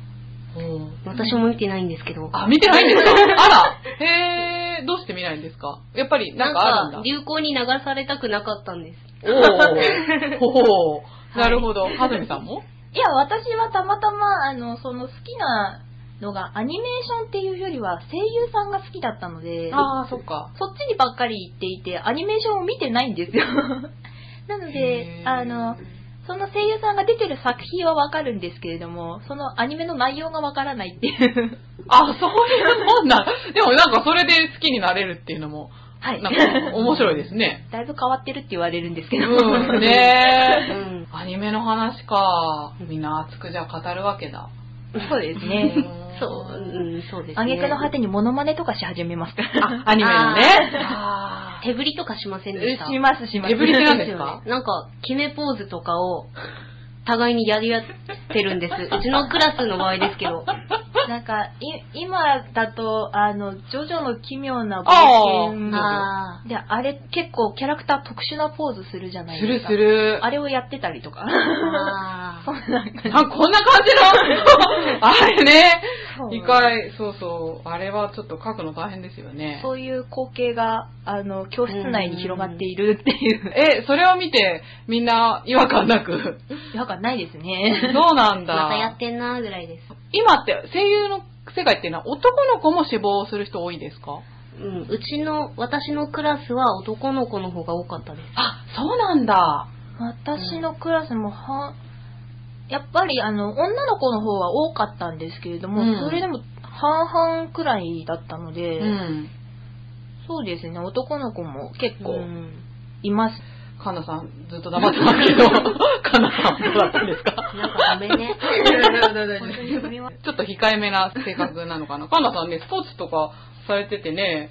S2: うん。
S6: 私も見てないんですけど、
S2: あ、見てないん ですかあら。へー。どうして見ないんですかやっぱりなんかあるんだ。
S6: なんか流行に流されたくなかったんです。
S2: おー。ほほー。なるほど。はずみさんも
S4: いや、私はたまたま、あの、その好きなのが、アニメーションっていうよりは、声優さんが好きだったので、
S2: あー、そっか。
S4: そっちに ばっかり行っていて、アニメーションを見てないんですよ。なの
S2: へ
S4: で、
S2: ー
S4: あの、その声優さんが出てる作品はわかるんですけれども、そのアニメの内容がわからないって いう。
S2: あ、そういうもんな。でもなんかそれで好きになれるっていうのも、
S4: はい。
S2: なんか面白いですね。
S4: だいぶ変わってるって言われるんですけ
S2: う
S4: ど。
S2: ん、ねえ。
S5: ん。
S2: アニメの話か。みんな熱くじゃ語るわけだ。
S4: そうですね。
S5: そうう、
S2: ん
S5: うん、そうですね。
S4: あげくの果てにモノマネとかし始めますから。
S2: あ、アニメのね。あ
S6: 手振りとかしませんでした。
S4: しますします。
S2: 手振りって何です か
S6: なんか、決めポーズとかを、互いにやり合ってるんです。うちのクラスの場合ですけど。
S4: なんか、い今だと、あの、ジョジョの奇妙な冒険
S6: あ
S4: で、あれ結構キャラクター特殊なポーズするじゃな
S2: ー
S4: い
S2: す
S4: で
S2: る
S4: すか。
S2: する。
S4: あれをやってたり とか。
S6: あ
S4: そんな感じ。
S2: あ、こんな感じのあれね。
S4: そう
S2: 一回、そうそう。あれはちょっと書くの大変ですよね。
S4: そういう光景が、あの、教室内に広がっているっていう。
S2: え、それを見て、みんな違和感なく。
S4: なんかないです
S2: そ
S4: ね。
S2: うなんだ。
S6: またやってんなーぐらいです。
S2: 今って声優の世界っていうのは男の子も志望する人多いですか
S6: うん、うちの、私のクラスは男の子の方が多かったです。
S2: あ、そうなんだ。
S4: 私のクラスもは、やっぱりあの、女の子の方は多かったんですけれども、
S2: うん
S4: それでも半々くらいだったので、
S2: うん。
S4: そうですね、男の子も結
S2: う
S4: 構
S2: ん
S4: います。
S2: かなさん、ずっと黙ってます けど、かなさん、どうだったんですか
S6: なんかごめん ね。
S2: ちょっと控えめな性格なのかな。かなさんね、スポーツとかされててね、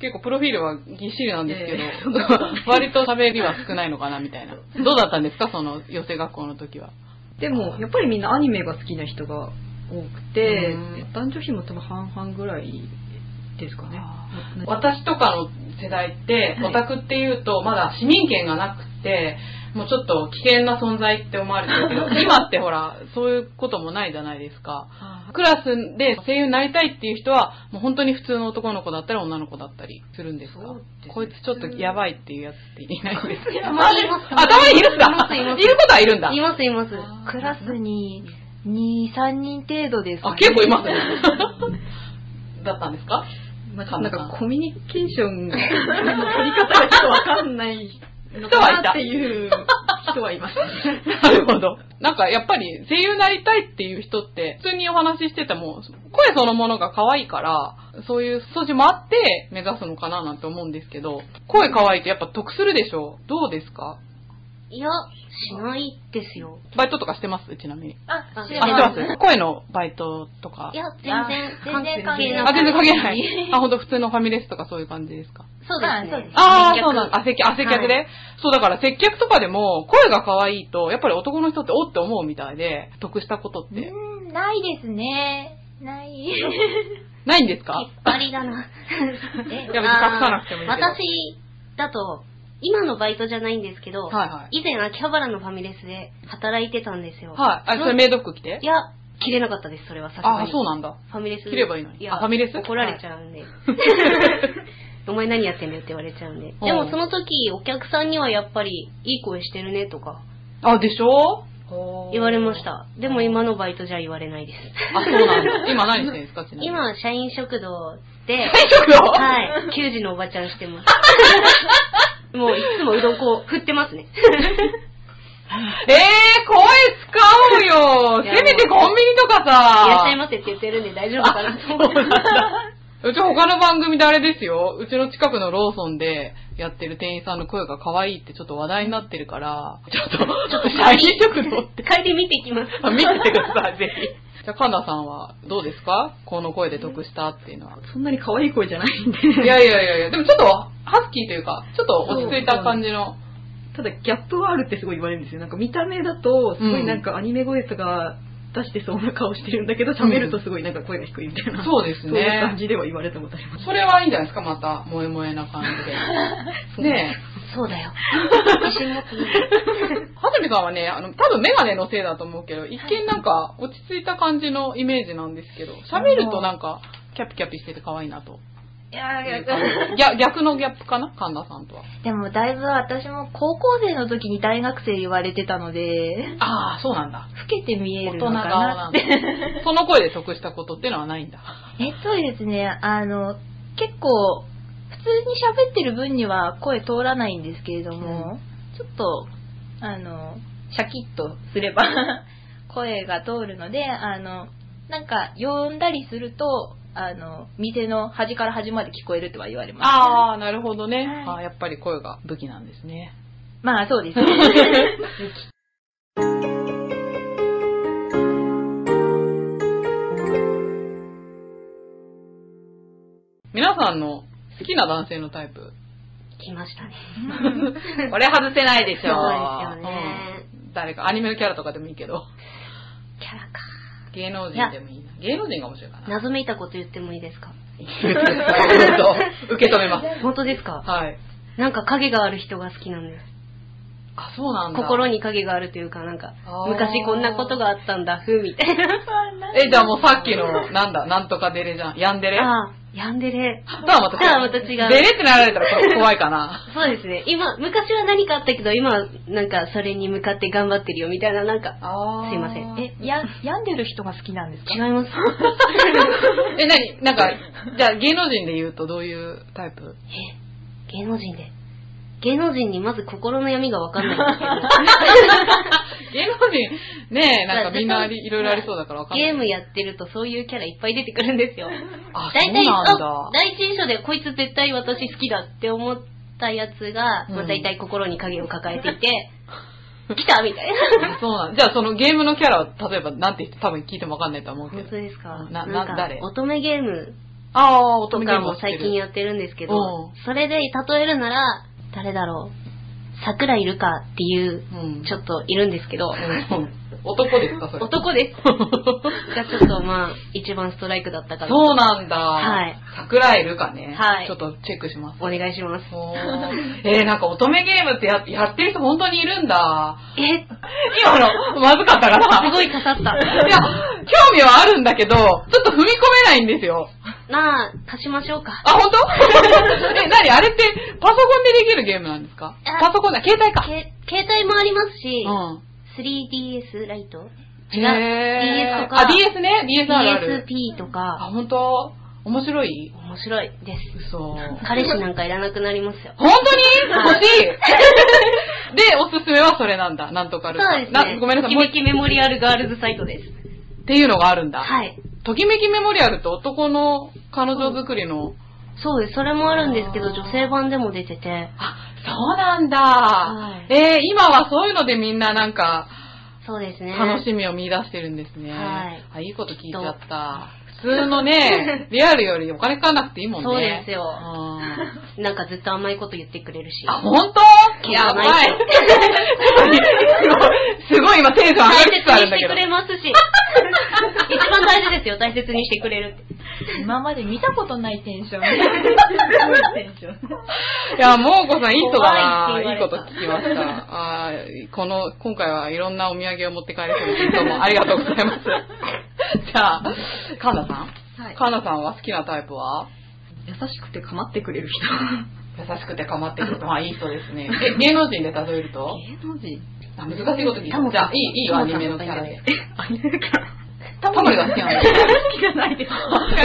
S2: 結構プロフィールはぎっしりなんですけど、 割と喋りは少ないのかなみたいな。どうだったんですかその寄せ学校の時は。
S5: でも、やっぱりみんなアニメが好きな人が多くて
S2: うん、
S5: 男女比も多分半々ぐらいですかね。
S2: 私とかの世代って、オタクっていうとまだ市民権がなくてもうちょっと危険な存在って思われてる けど今ってほらそういうこともないじゃないですかクラスで声優になりたいっていう人はもう本当に普通の男の子だったり女の子だったりするんですか
S5: そうですね
S2: こいつちょっとやばいっていうやつっていないんですか
S6: やばいやばい
S2: あたまにいるんだ
S6: いますいます
S2: いることはいるんだ
S6: いますいます。
S4: クラスに2、3人程度ですか
S2: あ
S4: ね。
S2: 結構いますね だったんですか
S5: まあ、ちょっとなんかコミュニケーションの取り方がちょっとわかんないのかなっていう人はいます。
S2: なるほど。なんかやっぱり声優になりたいっていう人って、普通にお話ししてても、声そのものが可愛いから、そういう素地もあって目指すのかななんて思うんですけど、声可愛いとやっぱ得するでしょうどうですか
S6: いや、しないですよ。
S2: バイトとかしてますちなみに。
S4: あ、
S2: あ、してます声のバイトとか
S6: い。や、全然、
S4: 全然関係ない
S2: あ、全然関係ない。あ、ほんと普通のファミレスとかそういう感じですか
S6: そう
S4: あ
S6: です
S4: そう
S6: ね
S4: で。
S2: ああ、
S6: 接客
S2: そうなんだ。あ、接客、あ、接客で、そう、だから接客とかでも、声が可愛いと、やっぱり男の人っておって思うみたいで、得したことって、
S4: うんないですね。ない。
S2: ないんですか
S6: 引っ張りだ な。
S2: いや別に隠さなくてもいいけど
S6: あー私だと、今のバイトじゃないんですけど、
S2: はいはい。
S6: 以前秋葉原のファミレスで働いてたんですよ。
S2: はい。あ、それメイド服着て
S6: いや、切れなかったです、それはさすが
S2: あ、
S6: に。
S2: そうなんだ。
S6: ファミレス。
S2: 切ればいいのに
S6: や
S2: あファミレス
S6: 怒られちゃう んで。 お前何やってんだよって言われちゃうんで。
S2: おう
S6: でもその時、お客さんにはやっぱり、いい声してるねとか
S2: あ、でしょ
S6: 言われまし。た。でも今のバイトじゃ言われないです。
S2: あ、そうなん だ。今何してるんですかちなみに。
S6: 今、社員食堂 で、
S2: 食堂
S6: はい、給仕のおばちゃんして ます。もういつもうどんこう振ってますね。
S2: えー、声使おうよ
S6: いや
S2: せめてコンビニとかさ
S6: いらっしゃいませって言ってるんで大丈夫かなと思って。
S2: うち他の番組であれですよ。うちの近くのローソンでやってる店員さんの声が可愛いってちょっと話題になってるから、ちょっと、ちょっと社員食堂って。
S6: 帰り見てきます。
S2: あ見ててくだ さい、ぜひ。じゃあ、神田さんはどうですかこの声で得したっていうのは。
S5: そんなに可愛い声じゃないんで。
S2: いやいやいやいや、でもちょっと、ハスキーというか、ちょっと落ち着いた感じの。
S5: ただギャップはあるってすごい言われるんですよ。なんか見た目だと、すごいなんかアニメ声とか出してそうな顔してるんだけど、喋るとすごいなんか声が低いみたいな。
S2: そうです
S5: そういう感
S2: ね。
S5: じでは言われたことあります。
S2: それはいいんじゃないですか、また、萌え萌えな感じで。 ね
S6: そうだよ。自信持ってね
S2: え。はずみさんはね、あの、多分メガネのせいだと思うけど、一見なんか落ち着いた感じのイメージなんですけど、喋るとなんか、キャピキャピしてて可愛いなと。
S4: いやいや
S2: 逆逆のギャップかな神田さんとは。
S4: でもだいぶ私も高校生の時に大学生言われてたので、
S2: ああ、そうなんだ。
S4: 老けて見え
S2: 大
S4: る
S2: 人
S4: の
S2: 顔
S4: か
S2: な
S4: なんっ
S2: だ
S4: て。。
S2: その声で得したことっていうのはないんだ。
S4: えっとですね、あの、結構、普通に喋ってる分には声通らないんですけれども、ちょっと、あの、シャキッとすれば 声が通るので、あの、なんか呼んだりすると、あの、店の端から端まで聞こえるとは言われます、
S2: ああ、 なるほどね。
S4: はい
S2: あーやっぱり声が武器なんですね。
S4: まあそうです ね。
S2: 皆さんの好きな男性のタイ プ。
S6: 来ましたね。
S2: これ外せないでしょ。
S6: そうですよね
S2: うん誰か、アニメのキャラとかでもいいけど、
S6: キャラか。
S2: 芸能人でもいいな。芸能人が面白いかな。
S6: 謎めいたこと言ってもいいですか
S2: 受け止めます。
S6: 本当ですか
S2: はい。
S6: なんか影がある人が好きなんです。
S2: あ、そうなんだ。
S6: 心に影があるというか、なんか
S2: あ、ー
S6: 昔こんなことがあったんだ、ふ、みたいな。
S2: え、じゃあもうさっきの、なんだ、なんとかデレじゃん。ヤンデレとは
S6: ああ、ヤンデレ。
S2: また
S6: とはまた違う
S2: デレってなられた ら怖いかな。
S6: そうですね。今、昔は何かあったけど、今はなんかそれに向かって頑張ってるよ、みたいな、なんか、
S2: あー
S6: すいません。え、
S4: え、や、病んでる人が好きなんです か
S6: 違います。
S2: え、なになんか、じゃあ芸能人で言うとどういうタイプ
S6: え、芸能人で。芸能人にまず心の闇がわかんないんですけど。
S2: 芸能人、ねえ、なんかみんなありいろいろありそうだからわかんない。
S6: ゲームやってるとそういうキャラいっぱい出てくるんですよ。
S2: あ、
S6: 大
S2: そう
S6: 体、
S2: なん
S6: あ
S2: だ。
S6: 第一印象でこいつ絶対私好きだって思ったやつが、
S2: うん
S6: まあ、大体心に影を抱えてい て、来たみたいな。
S2: あそうなんじゃあそのゲームのキャラを例えばなんて言って多分聞いてもわかんないと思うけ
S6: 本
S2: ど
S6: 当。ですか
S2: な
S6: なん
S2: な
S6: か
S2: 誰
S6: 乙女ゲーム
S2: ああ、乙
S6: と
S2: 女ゲ
S6: か
S2: ームを
S6: も
S2: 知ってる
S6: 最近やってるんですけど
S2: うん、
S6: それで例えるなら、誰だろう。桜いるかっていう、
S2: うん。
S6: ちょっといるんですけど、
S2: うん男ですか、それ。
S6: 男です。 がちょっとまあ、一番ストライクだったから。
S2: そうなんだ。
S6: はい。
S2: 桜井るかね。
S6: はい
S2: ちょっとチェックします。
S6: お願いします。
S2: おーえー、なんか乙女ゲームってややってる人本当にいるんだ。
S6: え、
S2: 今の、まずかったか
S6: す
S2: な。
S6: ごい刺さった。
S2: いや、興味はあるんだけど、ちょっと踏み込めないんですよ。
S6: なあ、足しましょうか。
S2: あ、本当？ え、なにあれって、パソコンでできるゲームなんですか
S6: あ
S2: パソコンだ、携帯か。
S6: け携帯もありますし、
S2: うん。
S6: 3DS ライト違う
S2: へ
S6: DS とか
S2: あ、DS ね。DS あるある。
S6: PSP と
S2: あ、
S6: か、
S2: 本当面白い
S6: 面白いです。
S2: 嘘。
S6: 彼氏なんかいらなくなりますよ。
S2: 本当に欲しい で、おすすめはそれなんだ。なんとか
S6: そう
S2: ルカ
S6: です
S2: な
S6: ね。
S2: ごめんなさい、もう
S6: ときめきメモリアルガールズサイトです。
S2: っていうのがあるんだ。
S6: はい。
S2: ときめきメモリアルって男の彼女作りの。
S6: そうです。それもあるんですけど、女性版でも出てて、
S2: あ、そうなんだ。
S6: はい
S2: えー、今はそういうのでみんななんか、
S6: そうですね。
S2: 楽しみを見出してるんですね。
S6: はい
S2: あ、いいこと聞いちゃった。普通のね、リアルよりお金かかんなくていいもんね。
S6: そうですよ
S2: うん
S6: なんかずっと甘いこと言ってくれるし。
S2: あ、本当
S6: い
S2: や
S6: や
S2: ば い。 すごい今テンション上
S6: 大
S2: が
S6: 切
S2: りつつあ
S6: に
S2: るんだ
S6: して
S2: け
S6: く
S2: ど。
S6: れま すし。一番大事ですよ、大切にしてくれるって。
S4: 今まで見たことないテン ション。すごいテンション。
S2: いや、もうこさんいい人だな。
S4: 怖いって言わ
S2: いい
S4: れ
S2: こ
S4: た
S2: と聞きました。あーこの、今回はいろんなお土産を持って帰れそうです。どうもありがとうございます。じゃあ、カンナさん、
S5: はい
S2: カンナさんは好きなタイプは
S5: 優しくて構ってくれる 人。
S2: 優しくて構ってくる。まあ、いい人ですね。え、芸能人で例えると
S5: 芸能人
S2: あ難しいこと聞い
S6: タ
S2: た。
S6: モリ
S2: じゃあ、いい、いいよ、アニメのキャラで。 タモリが好きなの
S5: 好きじゃないです。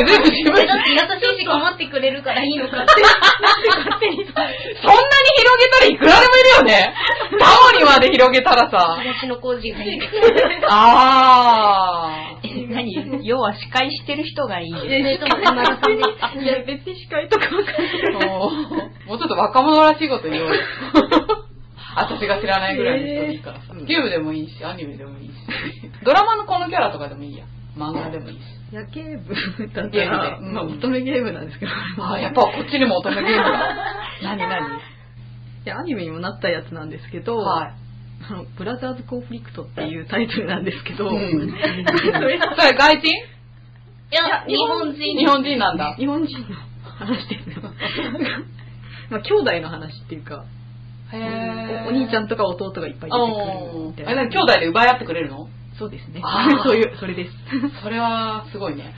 S2: 全部 自分で
S6: 優しいし困ってくれるからいいのかって。
S2: そんなに広げたらいくらでもいるよね。タモリまで広げたらさ。
S6: 私の工事がいい。
S2: あー。
S4: え何要は司会してる人がいいです。
S6: えっと、山田さんです。
S5: いや、別に司会とかわかんない。
S2: そうもうちょっと若者らしいこと言おうよ。私が知らないぐらいの人でいいからさ。ゲームでもいいし、アニメでもいいし。ドラマのこのキャラとかでもいいや。漫画でもいいし。
S5: 夜景部だった
S2: ゲー
S5: ら、
S2: ムでうん
S5: まあ、乙女ゲームなんですけど。
S2: あー、やっぱこっちにも乙女ゲーム が。何何
S5: いや、アニメにもなったやつなんですけど、
S2: はい。
S5: あの、ブラザーズコンフリクトっていうタイトルなんですけど、
S2: うんそれ外人
S6: いや、日本人。
S2: 日本人なんだ。
S5: 日本人の 話ですよ。まあ、兄弟の話っていうか、
S2: へ
S5: おお兄ちゃんとか弟がいっぱい出てくる
S2: お
S5: みた
S2: ー
S5: いな。
S2: え、何兄弟で奪い合ってくれるの
S5: そうですね
S2: あ ー。
S5: そういう、それです。
S2: それはすごいね。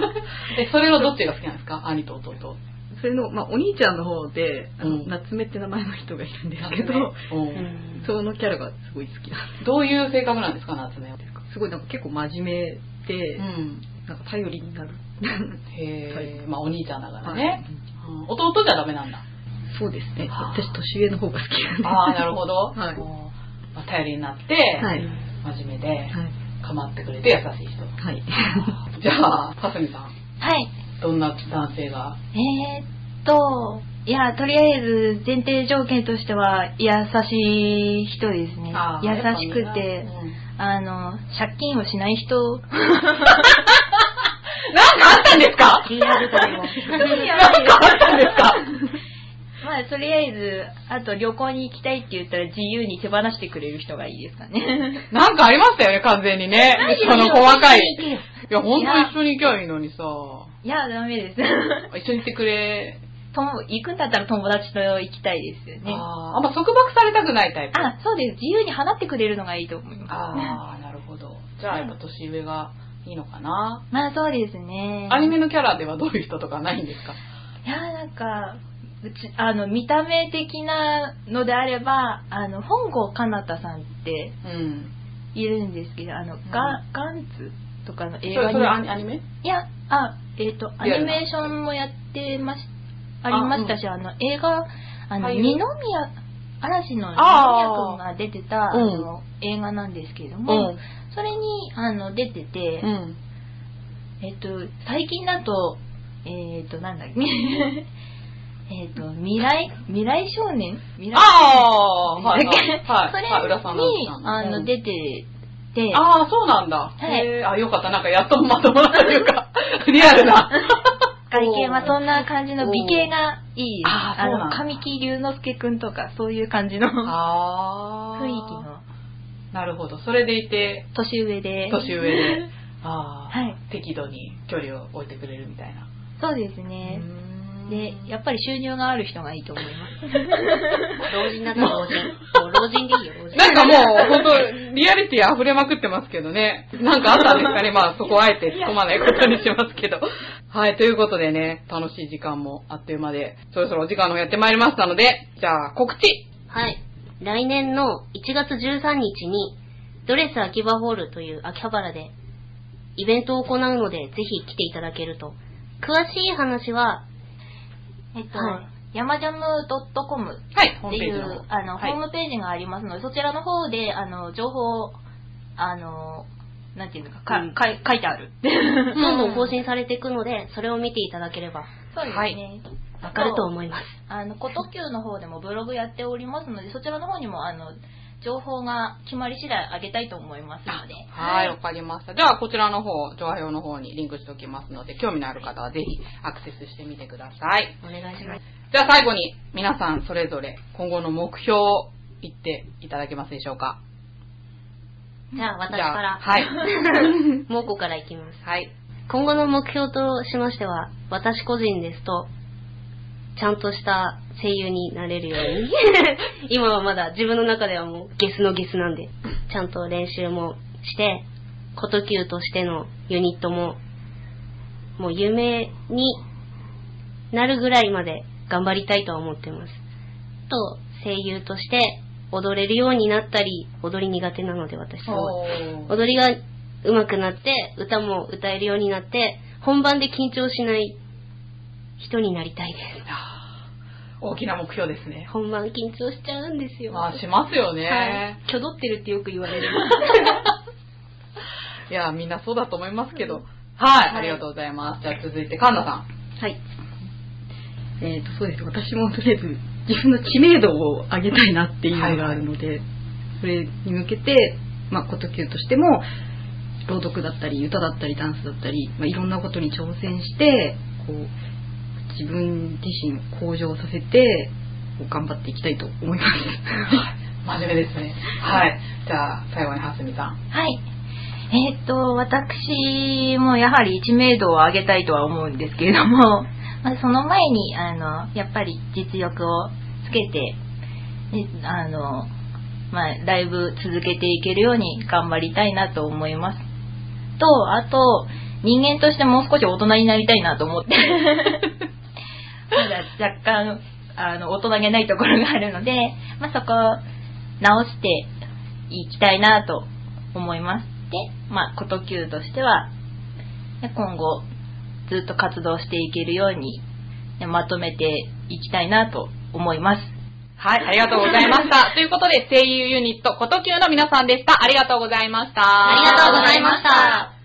S2: え、それのどっちが好きなんですか兄と弟。
S5: それの、まあ、お兄ちゃんの方で、あの
S2: うん
S5: 夏目って名前の人がいるんですけ
S2: 夏目
S5: ど、
S2: うん
S5: そのキャラがすごい好きなんで
S2: どういう性格なんですか、夏目は。
S5: す。すごいなんか結構真面目で、
S2: うん。
S5: なんか頼りになる。
S2: へ
S5: は
S2: え。まあお兄ちゃんだから
S5: はい
S2: ね。うん弟じゃダメなんだ。
S5: そうですね。
S2: あー
S5: 私、年上の方が好きなんで。
S2: ああ、なるほど。
S5: はい
S2: うんまあ、頼りになって、
S10: はい。
S2: 真面目で、
S10: はい。
S2: 構ってくれて優しい人。
S10: はい。
S2: じゃあ、かすみさん、
S4: はい。
S2: どんな男性が
S4: えー、っと、いや、とりあえず前提条件としては優しい人ですね
S2: あ。ー
S4: 優しくて、あの、借金をしない人。
S2: なんかあったんですか
S10: リアルタ イム。
S2: なんかあったんですか
S4: まあ、とりあえず、あと旅行に行きたいって言ったら自由に手放してくれる人がいいですかね。
S2: なんかありましたよね、完全にね。この細かい。いや、ほんと一緒に行きゃいいのにさ。
S4: いや、ダメです。
S2: 一緒に行ってくれ。
S4: とも行くんだったら友達と行きたいですよね。
S2: あーあんま束縛されたくないタイプ。
S4: あ、そうです。自由に放ってくれるのがいいと思います、
S2: あー、なるほど。じゃあ、やっぱ年上がいいのかな。
S4: まあ、そうですね。
S2: アニメのキャラではどういう人とかないんですか
S4: いやーなんかうちあの見た目的なのであればあの本郷かなたさんって
S2: うん。
S4: いるんですけどあの、
S2: ん
S4: ガガンツとかの
S2: そ
S4: 映
S2: れ、
S4: 画
S2: それア
S4: に
S2: ニアニメ
S4: いやあえっ、とア
S2: リア
S4: ニ
S2: ルな
S4: メーションもやってましありましたしあ,、の映画あの
S2: 俳優
S4: 二宮嵐の二宮君が出てたあ
S2: うん
S4: の映画なんですけれども、それにあの出てて、
S2: うん。
S4: えっと、最近だと、えっと、なんだっけ。 えっと、未来、未来少年未来
S2: ああー、
S4: 少
S2: はい、
S4: 年だっけ
S2: はい。はい、はい、
S4: そ
S2: 浦さん
S4: れ
S2: の
S4: に、あ
S2: う
S4: の、
S2: ん
S4: 出てて、
S2: ああ、そうなんだ。
S4: はい
S2: へえあ、よかった。なんかやっとまともなというか、リアルな。
S4: 外見はそんな感じの美形がいいです。
S2: あー
S4: あ
S2: そうなん
S4: の、
S2: だ
S4: 神木隆之介くんとか、そういう感じの雰囲
S2: ああ。
S4: 気。の
S2: なるほど。それでいて、
S4: 年上で。
S2: 年上で。ああ、
S4: はい
S2: 適度に距離を置いてくれるみたいな。
S4: そうです
S2: う
S4: ね。
S2: ーん
S4: で、やっぱり収入がある人がいいと思います。
S6: 老人だったら老人。もう老人でいいよ、老人。
S2: なんかもう、本当リアリティ溢れまくってますけどね。なんかあったんですかね。まあ、そこはあえて突っ込まないことにしますけど。はい、ということでね、楽しい時間もあっという間で、そろそろお時間の方やってまいりましたので、じゃあ、告知
S6: はい。来年の1月13日に、ドレス秋葉ホールという秋葉原でイベントを行うので、ぜひ来ていただけると。詳しい話は、
S4: えっと
S6: は、
S4: ヤマジャム .com
S2: はい、ホ
S4: っ
S2: ー
S4: て
S2: ム
S4: い
S2: ページ
S4: う
S2: の方。
S4: あの、
S2: はい
S4: ホームページがありますので、そちらの方で、あの、情報を、あの、なんていうのか、か、
S6: うん
S4: かい書いてある。
S6: どんどん更新されていくので、それを見ていただければ
S4: そうですね。
S2: はい
S6: わかると思います。
S4: あの、こときゅうの方でもブログやっておりますので、そちらの方にも、あの、情報が決まり次第あげたいと思いますので。
S2: はい、わかりました。じゃあ、こちらの方、上表の方にリンクしておきますので、興味のある方はぜひアクセスしてみてください。
S6: お願いします。
S2: じゃあ、最後に皆さんそれぞれ今後の目標を言っていただけますでしょうか。
S6: じゃあ、私か
S2: じゃあ、
S6: ら、
S2: はい。
S6: もうこからいきます。
S2: はい。
S6: 今後の目標としましては、私個人ですと、ちゃんとした声優になれるように。 今はまだ自分の中ではもうゲスのゲスなんで、ちゃんと練習もして、コトキューとしてのユニットも、もう有名になるぐらいまで頑張りたいとは思ってます。と、声優として踊れるようになったり、踊り苦手なので私すごい。
S2: おー
S6: 踊りが上手くなって、歌も歌えるようになって、本番で緊張しない人になりたいです。
S2: 大きな目標ですね。
S6: 本番緊張しちゃうんですよ。
S2: まあ、しますよね。
S6: はい。きょどってるってよく言われる。
S2: い、や、みんなそうだと思いますけど。はい、ありがとうございます。じゃあ、続いて、神田さん。
S10: はい。えっ、と、そうです。私もとりあえず自分の知名度を上げたいなっていうのがあるので、それに向けて、まあ、こときゅうとしても、朗読だったり、歌だったり、ダンスだったり、まあ、いろんなことに挑戦して、こう、自分自身を向上させて、こう頑張っていきたいと思います。
S2: 真面目ですね。はい。じゃあ、最後に、はすみさん。
S4: はい。えーっと、私もやはり知名度を上げたいとは思うんですけれども、 まあ、その前に、あの、やっぱり実力をつけて、であの、まあ、ライブ続けていけるように頑張りたいなと思います。と、あと、人間としてもう少し大人になりたいなと思って、まだ若干、あの、大人げないところがあるので、まあ、そこを直していきたいなと思います。で、まあ、こときゅうとしては、ね今後、ずっと活動していけるように、ねまとめていきたいなと思います。
S2: はい、ありがとうございました。ということで、声優ユニット、こときゅうの皆さんでした。ありがとうございました。
S6: ありがとうございました。